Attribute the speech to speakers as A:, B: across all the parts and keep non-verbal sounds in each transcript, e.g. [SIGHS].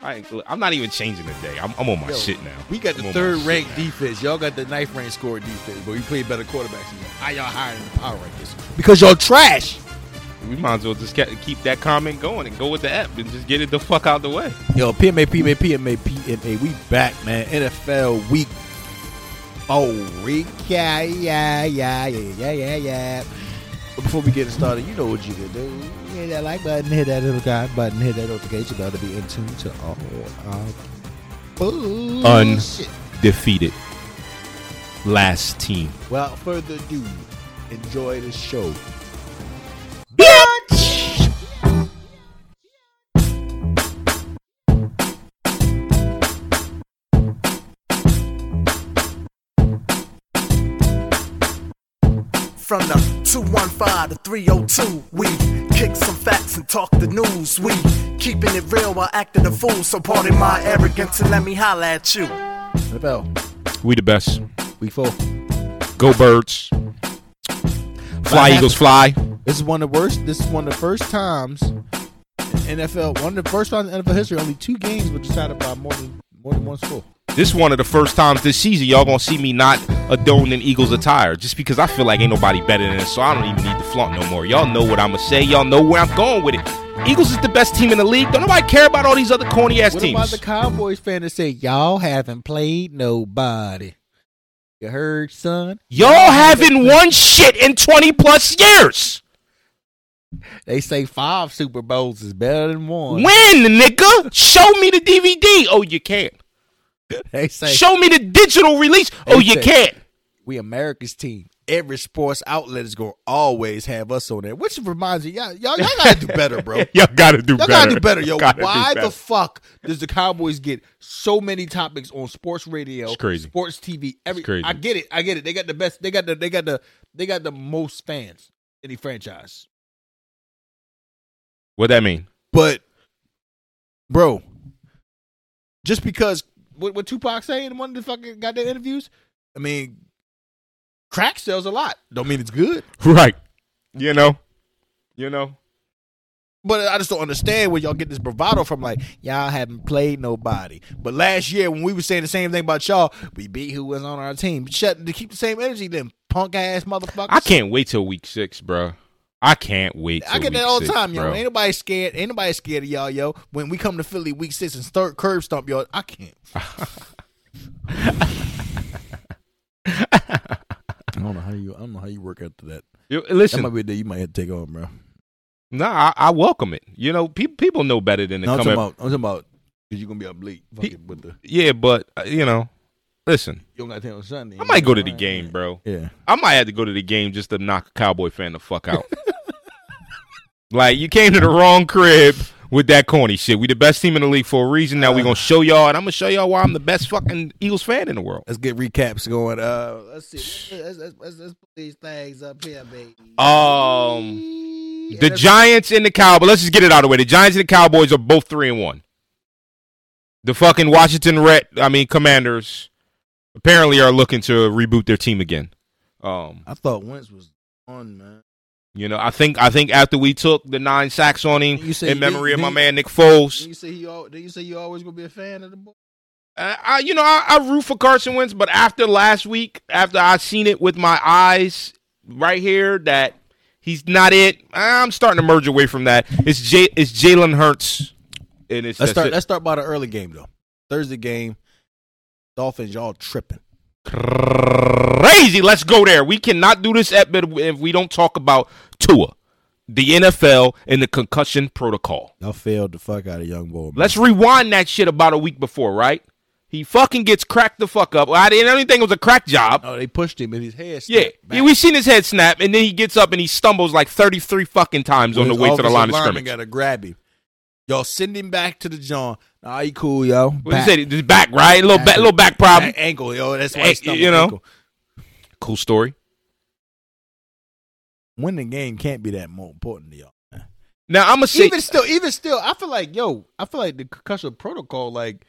A: I, I'm not even changing the day. I'm, I'm on my
B: Yo,
A: shit now.
B: We got
A: I'm
B: the
A: on my
B: third
A: shit
B: ranked
A: now.
B: defense. Y'all got the ninth ranked score defense, but we play better quarterbacks. Than y'all. How y'all higher than the power rankings? Because y'all trash.
A: We might as well just ca- keep that comment going and go with the app and just get it the fuck out the way.
B: Yo, PMA, PMA, PMA, PMA. We back, man. NFL week. Oh, week. Yeah, yeah, yeah, yeah, yeah, yeah, yeah. But before we get it started, you know what you can do. Hit that like button, hit that notification button, hit that notification bell to be in tune to all our bullshit.
A: Defeated. Last team.
B: Without further ado, enjoy the show.
C: From the 215 to 302, we kick some facts and talk the news. We keeping it real while acting a fool. So pardon my arrogance and let me holla at you.
B: NFL,
A: We the best.
B: week four.
A: Go birds. Fly
B: Bye.
A: Eagles fly.
B: This is one of the worst. This is one of the first times in NFL. One of the first times in NFL history. Only two games were decided by more than more than one score.
A: This is one of the first times this season y'all gonna see me not adorned in Eagles attire, just because I feel like ain't nobody better than us, so I don't even need to flaunt no more. Y'all know what I'ma say. Y'all know where I'm going with it. Eagles is the best team in the league. Don't nobody care about all these other corny ass
B: What
A: teams.
B: about the Cowboys fan that said y'all haven't played nobody? You heard, son?
A: Y'all haven't won shit in 20 plus years.
B: They say five Super Bowls is better than one.
A: When, nigga? Show me the DVD. Oh, you can't.
B: They say
A: Show me the digital release. Oh, you
B: Listen.
A: can't.
B: we America's team. Every sports outlet is gonna always have us on there, which reminds you, y'all, y'all, y'all gotta do better, [LAUGHS] bro.
A: [LAUGHS] Y'all gotta do
B: Y'all
A: better.
B: gotta do better, yo.
A: Gotta do
B: Why
A: better.
B: the fuck does the Cowboys get so many topics on sports radio,
A: It's crazy.
B: sports TV? Every
A: It's crazy.
B: I get it, I get it. They got the best. They got the. They got the. They got the most fans any franchise.
A: what that mean?
B: But, bro, just because what, what Tupac say in one of the fucking goddamn interviews, I mean, crack sells a lot. Don't mean it's good.
A: Right. You know. You know.
B: But I just don't understand where y'all get this bravado from. Like y'all haven't played nobody. But last year when we were saying the same thing about y'all, we beat who was on our team. Shut to keep the same energy, then punk ass motherfuckers.
A: I can't wait till week six, bro. I can't wait.
B: I
A: till
B: get that
A: week
B: all the
A: six,
B: time, yo.
A: bro.
B: Ain't nobody scared. Ain't nobody scared of y'all, yo. When we come to Philly week six and start curb stomp y'all,
A: [LAUGHS]
B: I can't. I don't know how you. I don't know how you work after that.
A: Yo, Listen,
B: be a day you might have to take on, bro.
A: nah, I, I welcome it. You know, people people know better than to come at-
B: about. I'm talking about because you're gonna be oblique.
A: fucking
B: with the
A: Yeah, but uh, you know, listen,
B: you don't got to on Sunday.
A: I might go to the game, bro.
B: Yeah.
A: I might have to go to the game just to knock a cowboy fan the fuck out. [LAUGHS] like you came to the wrong crib with that corny shit. We the best team in the league for a reason. Now we gonna show y'all, and I'm gonna show y'all why I'm the best fucking Eagles fan in the world.
B: Let's get recaps going. Uh, let's
A: [SIGHS]
B: see. Let's, let's, let's, let's put these things up here, baby.
A: Um,
B: And
A: the
B: let's-
A: Giants and the Cowboys. Let's just get it out of the way. The Giants and the Cowboys are both three and one. The fucking Washington Red, I mean Commanders, apparently are looking to reboot their team again. Um,
B: I thought Wentz was on, man.
A: you know, I think I think after we took the nine sacks on him
B: You say
A: in
B: you-
A: memory of
B: you-
A: my man Nick Foles,
B: Did you say you? Al- did you say you always gonna be a fan of the boy?
A: Uh, I, you know, I, I root for Carson Wentz, but after last week, after I seen it with my eyes right here, that he's not it. I'm starting to merge away from that. It's J, it's Jalen Hurts, and it's
B: Let's start.
A: that's
B: Let's start by the early game though. Thursday game. Dolphins, y'all tripping.
A: it. crazy. Let's go there. We cannot do this at if we don't talk about Tua, the NFL, and the concussion protocol.
B: Y'all failed the fuck out of young boy. Man.
A: Let's rewind that shit about a week before, right? He fucking gets cracked the fuck up. Well, I didn't I didn't think it was a crack job.
B: Oh, they pushed him and his head.
A: yeah.
B: snapped
A: He-
B: back.
A: we seen his head snap, and then he gets up and he stumbles like 33 fucking times on the
B: His
A: way to the
B: offensive
A: line of
B: lineman
A: scrimmage.
B: Gotta grab him. Y'all send him back to the John. Nah, he cool, yo.
A: What
B: Back.
A: he said? His back, right? little back, little back problem.
B: That ankle, yo. That's why
A: Hey,
B: he stumbled.
A: you know.
B: ankle.
A: Cool story.
B: winning the game can't be that more important to y'all.
A: Now, I'm going to say.
B: even still, even still, I feel like yo, I feel like the concussion protocol. Like,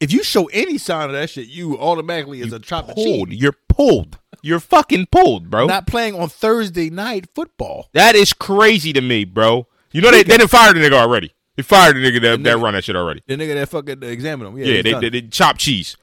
B: if you show any sign of that shit, you automatically is a chop of
A: pulled.
B: cheat.
A: You're pulled. You're fucking pulled, bro.
B: Not playing on Thursday night football.
A: that is crazy to me, bro. You know, they, they didn't fire the nigga already. They fired the nigga that, that
B: nigga-
A: run that shit already.
B: The nigga that fucking examined him. Yeah,
A: Yeah,
B: he's
A: they,
B: done.
A: they, they chop cheese.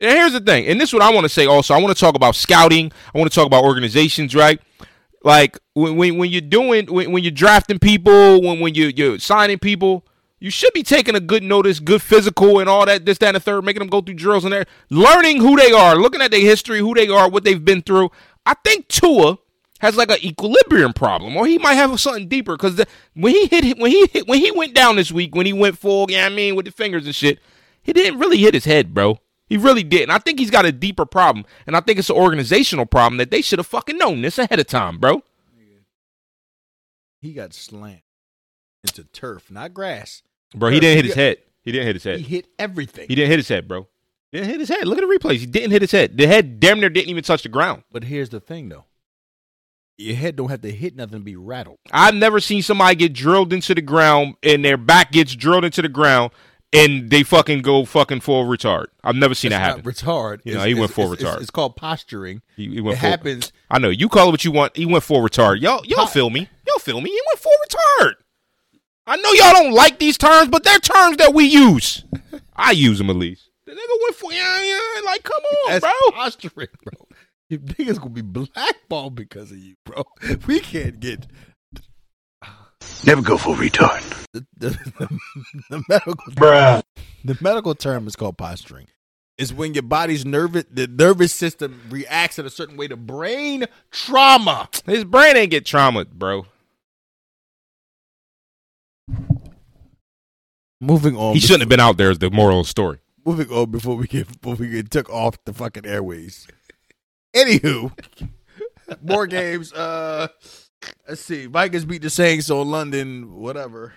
A: And here's the thing, and this is what I want to say also. I want to talk about scouting. I want to talk about organizations, right? Like when when, when you're doing when, when you're drafting people, when when you you're signing people, you should be taking a good notice, good physical, and all that. This, that, and the third, making them go through drills and there, learning who they are, looking at their history, who they are, what they've been through. I think Tua has like an equilibrium problem, or he might have something deeper. Because when he hit, when he hit, when he went down this week, when he went full, yeah, I mean, with the fingers and shit, he didn't really hit his head, bro. He really didn't. I think he's got a deeper problem, and I think it's an organizational problem that they should have fucking known this ahead of time, bro.
B: he got slammed into turf, not grass.
A: Bro, he didn't hit his head. He didn't hit his
B: He
A: head.
B: hit everything.
A: He didn't hit his head, bro. Didn't hit his head. Look at the replays. He didn't hit his head. The head damn near didn't even touch the ground.
B: but here's the thing, though. Your head don't have to hit nothing to be rattled.
A: I've never seen somebody get drilled into the ground and their back gets drilled into the ground and they fucking go fucking full retard. I've never seen
B: It's
A: that
B: not
A: happen.
B: Retard.
A: Yeah,
B: It's-
A: he went
B: it's-
A: full
B: it's- it's-
A: retard.
B: It's called posturing.
A: He- he went
B: it
A: full-
B: happens.
A: I know. You call it what you want. He went full retard. Y'all, y'all
B: Pop-
A: feel me? Y'all feel me? He went full retard. I know y'all don't like these terms, but they're terms that we use. I use them at least. The nigga went full. Yeah, yeah. Like, come on,
B: That's
A: bro.
B: posturing, bro. Your niggas gonna be blackballed because of you, bro. [LAUGHS] We can't get
D: Never go full retard.
B: the, the, the, medical the medical term is called posturing. It's when your body's nervous the nervous system reacts in a certain way to brain trauma.
A: His brain ain't get trauma, bro.
B: Moving on.
A: He shouldn't have been out there. Is the moral of the story?
B: moving on before we get before we get took off the fucking airways. Anywho, [LAUGHS] more games. Uh, let's see. Vikings beat the Saints on London. Whatever.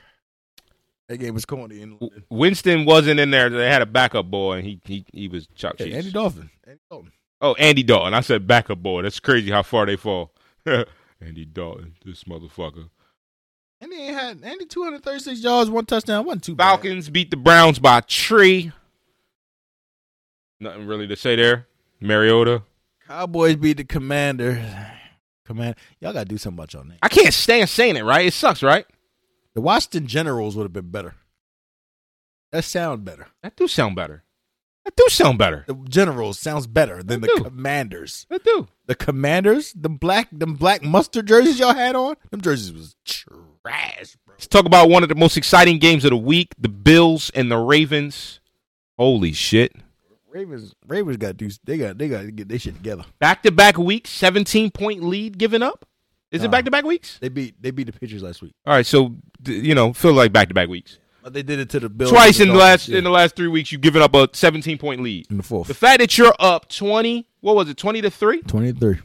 B: That game was corny. In London.
A: Winston wasn't in there. They had a backup boy, and he he he was chopped
B: Hey,
A: cheese.
B: Andy Dolphin. Andy Dalton.
A: Oh, Andy Dalton. I said backup boy. That's crazy how far they fall. [LAUGHS] Andy Dalton, this motherfucker.
B: Andy ain't had Andy two hundred thirty six yards, one touchdown, one two.
A: Falcons beat the Browns by a tree. Nothing really to say there. Mariota.
B: Cowboys beat the Commanders. Command. Y'all gotta do something about your name.
A: I can't stand saying it, right? It sucks, right?
B: The Washington Generals would have been better. That sound better.
A: That do sound better. That do sound better.
B: The Generals sounds better than
A: They
B: the
A: do.
B: Commanders.
A: That do.
B: the commanders, the black, them black mustard jerseys y'all had on, them jerseys was trash, bro.
A: Let's talk about one of the most exciting games of the week, the Bills and the Ravens. Holy shit.
B: Ravens, Ravens got these. They got, they got to get this shit together.
A: Back to back weeks, 17 point lead given up. Is
B: Nah.
A: it back to back weeks?
B: They beat, they beat the Patriots last week,
A: All right, so th- you know, feel like back to back weeks.
B: but they did it to the Bills
A: Twice in
B: and
A: the last
B: Dolphins, yeah.
A: in the last 3 weeks you've given up a 17 point lead.
B: in the
A: The
B: fourth,
A: fact that you're up 20, what was it? 20 to 3?
B: twenty three.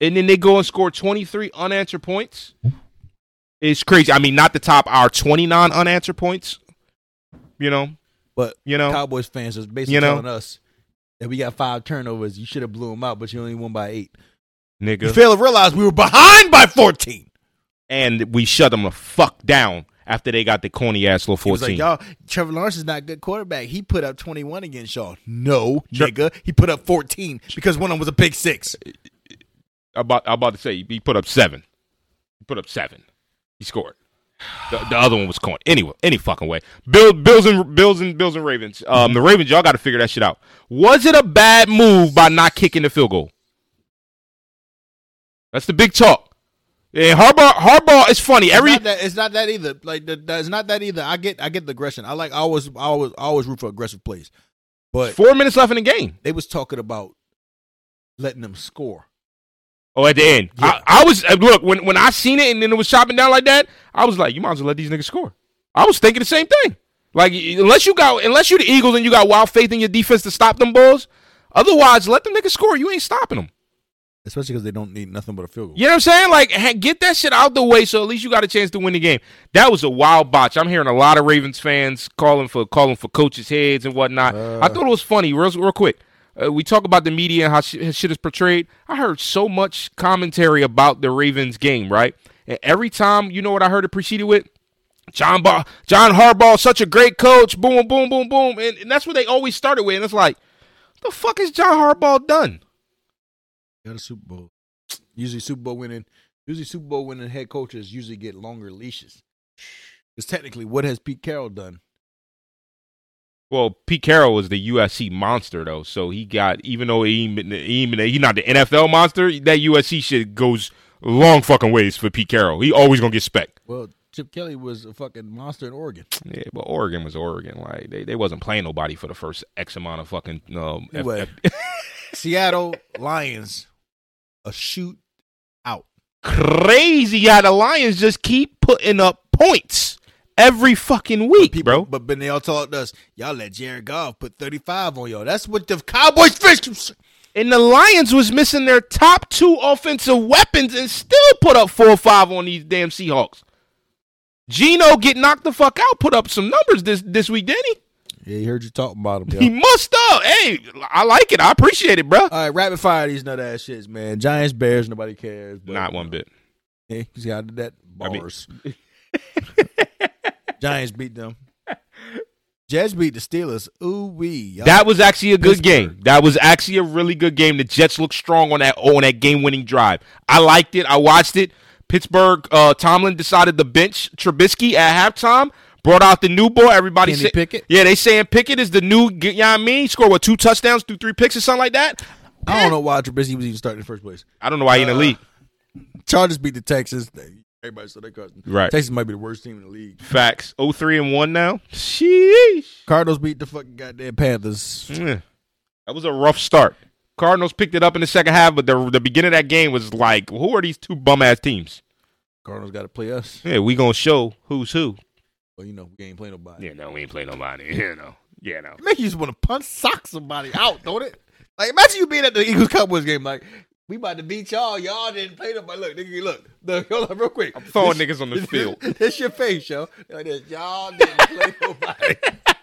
A: and then they go and score 23 unanswered points. It's crazy. I mean, not the top our 29 unanswered points. You know,
B: But
A: you know.
B: Cowboys fans was basically
A: You know?
B: telling us that we got five turnovers. You should have blew them out, but you only won by eight. You
A: nigga.
B: fail to realize we were behind by fourteen.
A: and we shut them the fuck down after they got the corny ass little
B: He was
A: 14.
B: like, y'all, Trevor Lawrence is not a good quarterback. He put up 21 against y'all. No,
A: Tre-
B: nigga. He put up 14 because one of them was a big six.
A: I'm about, I'm about to say he put up seven. He put up seven. He scored. The, the other one was corny. Anyway, any fucking way. Bill, Bills and Bills and Bills and Ravens. Um, the Ravens, y'all got to figure that shit out. Was it a bad move by not kicking the field goal? That's the big talk. And Harbaugh, Harbaugh is funny. Every
B: it's not that, it's not that either. Like the, that, it's not that either. I get I get the aggression. I like I always I always I always root for aggressive plays, but
A: four minutes left in the game.
B: they was talking about letting them score.
A: Oh, at the end,
B: Yeah.
A: I, I was uh, look when when I seen it and then it was chopping down like that. I was like, you might as well let these niggas score. I was thinking the same thing. Like y- unless you got unless you the Eagles and you got wild faith in your defense to stop them balls, otherwise let them niggas score. You ain't stopping them.
B: Especially because they don't need nothing but a field goal.
A: You know what I'm saying? Like ha- get that shit out the way so at least you got a chance to win the game. That was a wild botch. I'm hearing a lot of Ravens fans calling for calling for coaches heads and whatnot. I thought it was funny. Real real quick. Uh, we talk about the media and how sh- how shit is portrayed. I heard so much commentary about the Ravens game, right? And every time, you know what I heard it preceded with? John ba- John Harbaugh, such a great coach. Boom, boom, boom, boom, and, and that's what they always started with. And it's like, the fuck is John Harbaugh done?
B: Got a Super Bowl. Usually Super Bowl winning. Usually Super Bowl winning head coaches usually get longer leashes. Because technically, what has Pete Carroll done?
A: Well, Pete Carroll was the USC monster though, so he got even though he ain't been- he ain't been- he not the NFL monster, that USC shit goes long fucking ways for Pete Carroll. He always gonna get spec.
B: Well, Chip Kelly was a fucking monster in Oregon.
A: Yeah, but Oregon was Oregon. Like they, they wasn't playing nobody for the first X amount of fucking um. F-
B: Anyway.
A: F- [LAUGHS]
B: Seattle Lions, a shoot out.
A: crazy how the Lions just keep putting up points every fucking week, bro.
B: But then they all talked to us. Y'all let Jared Goff put 35 on y'all. That's what the Cowboys fish.
A: And the Lions was missing their top two offensive weapons and still put up four or five on these damn Seahawks. Gino get knocked the fuck out, put up some numbers this this week, didn't he?
B: Yeah, he heard you talking about
A: [LAUGHS]
B: him.
A: He must up. Hey, I like it. I appreciate it, bro.
B: all right, rapid fire these nut ass shits, man. Giants, Bears, nobody cares. but-
A: Not one bit.
B: Yeah, he's got that
A: I mean-
B: bars. [LAUGHS] Giants beat them. Jets beat the Steelers. Ooh wee.
A: That was actually a good
B: Pittsburgh.
A: game. That was actually a really good game. The Jets looked strong on that on that game winning drive. I liked it. I watched it. Pittsburgh. Uh, Tomlin decided to bench Trubisky at halftime. Brought out the new boy. Everybody
B: Kenny
A: say-
B: Pickett?
A: Yeah, they saying Pickett is the new. You know what I mean? Score what two touchdowns through three picks or something like that.
B: I don't know why Trubisky was even starting in the first place.
A: I don't know why he in the
B: Uh,
A: league.
B: Chargers beat the Texans. Everybody saw that cousin.
A: Right.
B: Texans might be the worst team in the league.
A: Facts. 03 and one now. Sheesh.
B: Cardinals beat the fucking goddamn Panthers.
A: Yeah. That was a rough start. Cardinals picked it up in the second half, but the the beginning of that game was like, who are these two bum ass teams?
B: Cardinals got to play us.
A: Yeah, we gonna show who's who.
B: Well, you know we ain't playing nobody.
A: Yeah, no, we ain't play nobody. [LAUGHS] You know. Yeah, no.
B: It make you just want to punch sock somebody out, don't it? Like imagine you being at the Eagles Cowboys game, like we about to beat y'all. Y'all didn't play nobody. Look, nigga, look, look, [LAUGHS] hold on, real quick. I'm
A: throwing niggas
B: [LAUGHS]
A: on the field.
B: It's your face, yo. Like this, y'all didn't play [LAUGHS] nobody.
A: [LAUGHS]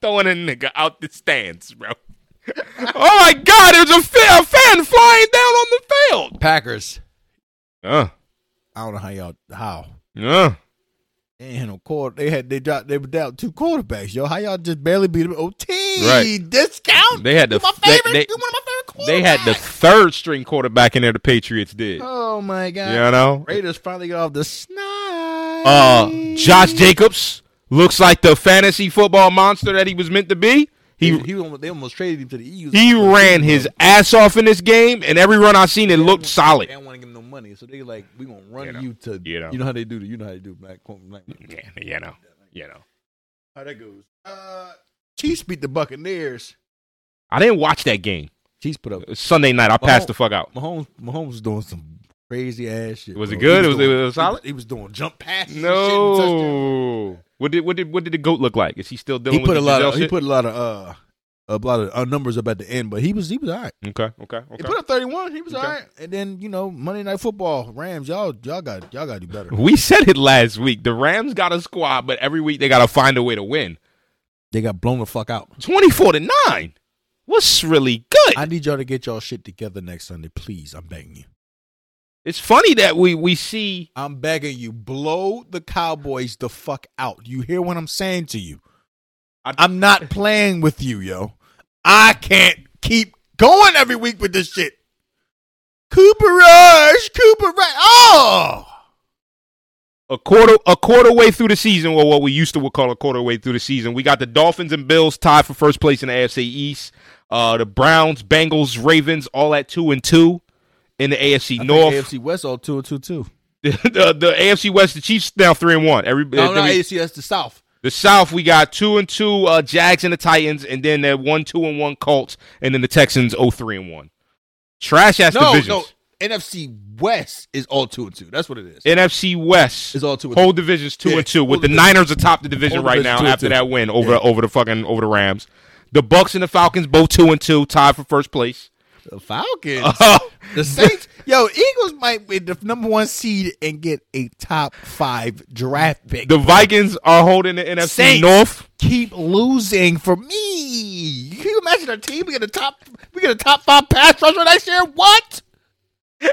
A: Throwing a nigga out the stands, bro. [LAUGHS] oh my god, there's a, fa- a fan flying down on the field.
B: Packers.
A: Uh,
B: I don't know how y'all how.
A: uh.
B: They ain't had no quarter. They had they dropped. They were down two quarterbacks, yo. How y'all just barely beat them? OT
A: Right.
B: discount.
A: They had the
B: You're my
A: f- they-
B: favorite.
A: they-
B: you're one of my favorite.
A: They had the
B: quarterbacks.
A: third string quarterback in there, the Patriots did.
B: Oh my god.
A: You know?
B: Raiders finally got off the snide.
A: Uh Josh Jacobs looks like the fantasy football monster that he was meant to be.
B: He,
A: He
B: he almost, they almost traded him to the Eagles.
A: he ran his ass off in this game, and every run I seen it looked
B: They
A: solid.
B: don't want to give him no money, so they like we gonna run
A: You
B: you,
A: know,
B: to
A: you
B: you
A: know.
B: know. you know how they do. You know how they do. Black, black.
A: Yeah, you know. You know.
B: How that goes. Uh, Chiefs beat the Buccaneers.
A: I didn't watch that game.
B: Chiefs put up.
A: Sunday night. I passed the fuck out.
B: Mahomes Mahomes was doing some crazy ass shit.
A: Was it
B: bro.
A: good?
B: He
A: It was- it
B: doing-
A: was solid?
B: He was, he was doing jump passes. and shit and touchdowns.
A: No. What did what did what did the goat look like? Is he still dealing
B: he
A: with
B: put a
A: the
B: lot
A: Giselle
B: of he
A: shit?
B: put a lot of uh a lot of uh, numbers up at the end, but he was he was all right.
A: okay, okay, okay.
B: He put up thirty one. He was
A: Okay.
B: all right. And then you know Monday Night Football Rams y'all y'all got y'all got to do better.
A: we said it last week. The Rams got a squad, but every week they got to find a way to win.
B: they got blown the fuck out.
A: Twenty four to nine. What's really good?
B: I need y'all to get y'all shit together next Sunday, please. I'm begging you.
A: it's funny that we we see.
B: I'm begging you. Blow the Cowboys the fuck out. You hear what I'm saying to you?
A: I-
B: I'm not playing with you, yo. I can't keep going every week with this shit. Cooper Rush, Cooper Rush. Oh,
A: A quarter, a quarter way through the season, or what we used to call a quarter way through the season, we got the Dolphins and Bills tied for first place in the AFC East. Uh, the Browns, Bengals, Ravens, all at two and two in the AFC North.
B: AFC West all two and two two.
A: the, [LAUGHS] the the AFC West, the Chiefs now three and one. Every
B: No,
A: uh,
B: not
A: the-
B: AFC. That's the South.
A: the South, we got two and two uh, Jags and the Titans, and then that one two and one Colts, and then the Texans oh three and one. Trash ass
B: no, no.
A: divisions.
B: NFC West is all two and two. That's what it is.
A: NFC West
B: It's all two and
A: whole divisions two
B: Yeah,
A: and two
B: whole
A: with the
B: division.
A: Niners atop the division
B: Whole
A: right
B: division
A: now
B: two and
A: after
B: two.
A: that win over
B: Yeah.
A: over the fucking over the Rams. The Bucks and the Falcons both two and two tied for first place.
B: [LAUGHS] The Falcons. [LAUGHS]
A: the [LAUGHS]
B: The Saints, yo, Eagles might be the number one seed and get a top five draft pick.
A: the Vikings are holding the NFC
B: Saints.
A: North.
B: Keep losing for me. Can you imagine our team? We get a top, we get a top five pass rusher next year. What? [LAUGHS]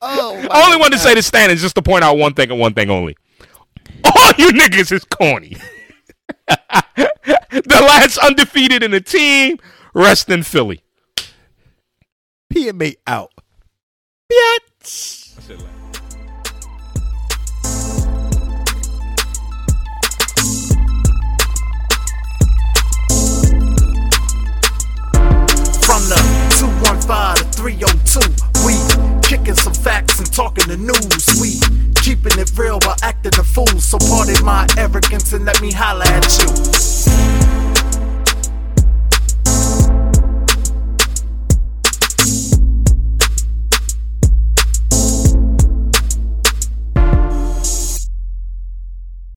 B: oh,
A: I only wanted to say this stand is just to point out one thing and one thing only. [LAUGHS] All you niggas is corny. [LAUGHS] the last undefeated in the team, rest in Philly.
B: PMA out. Bitch.
C: too. oh We kicking some facts and talking the news. We keeping it real while acting a fool. So pardon my arrogance and let me holler at you.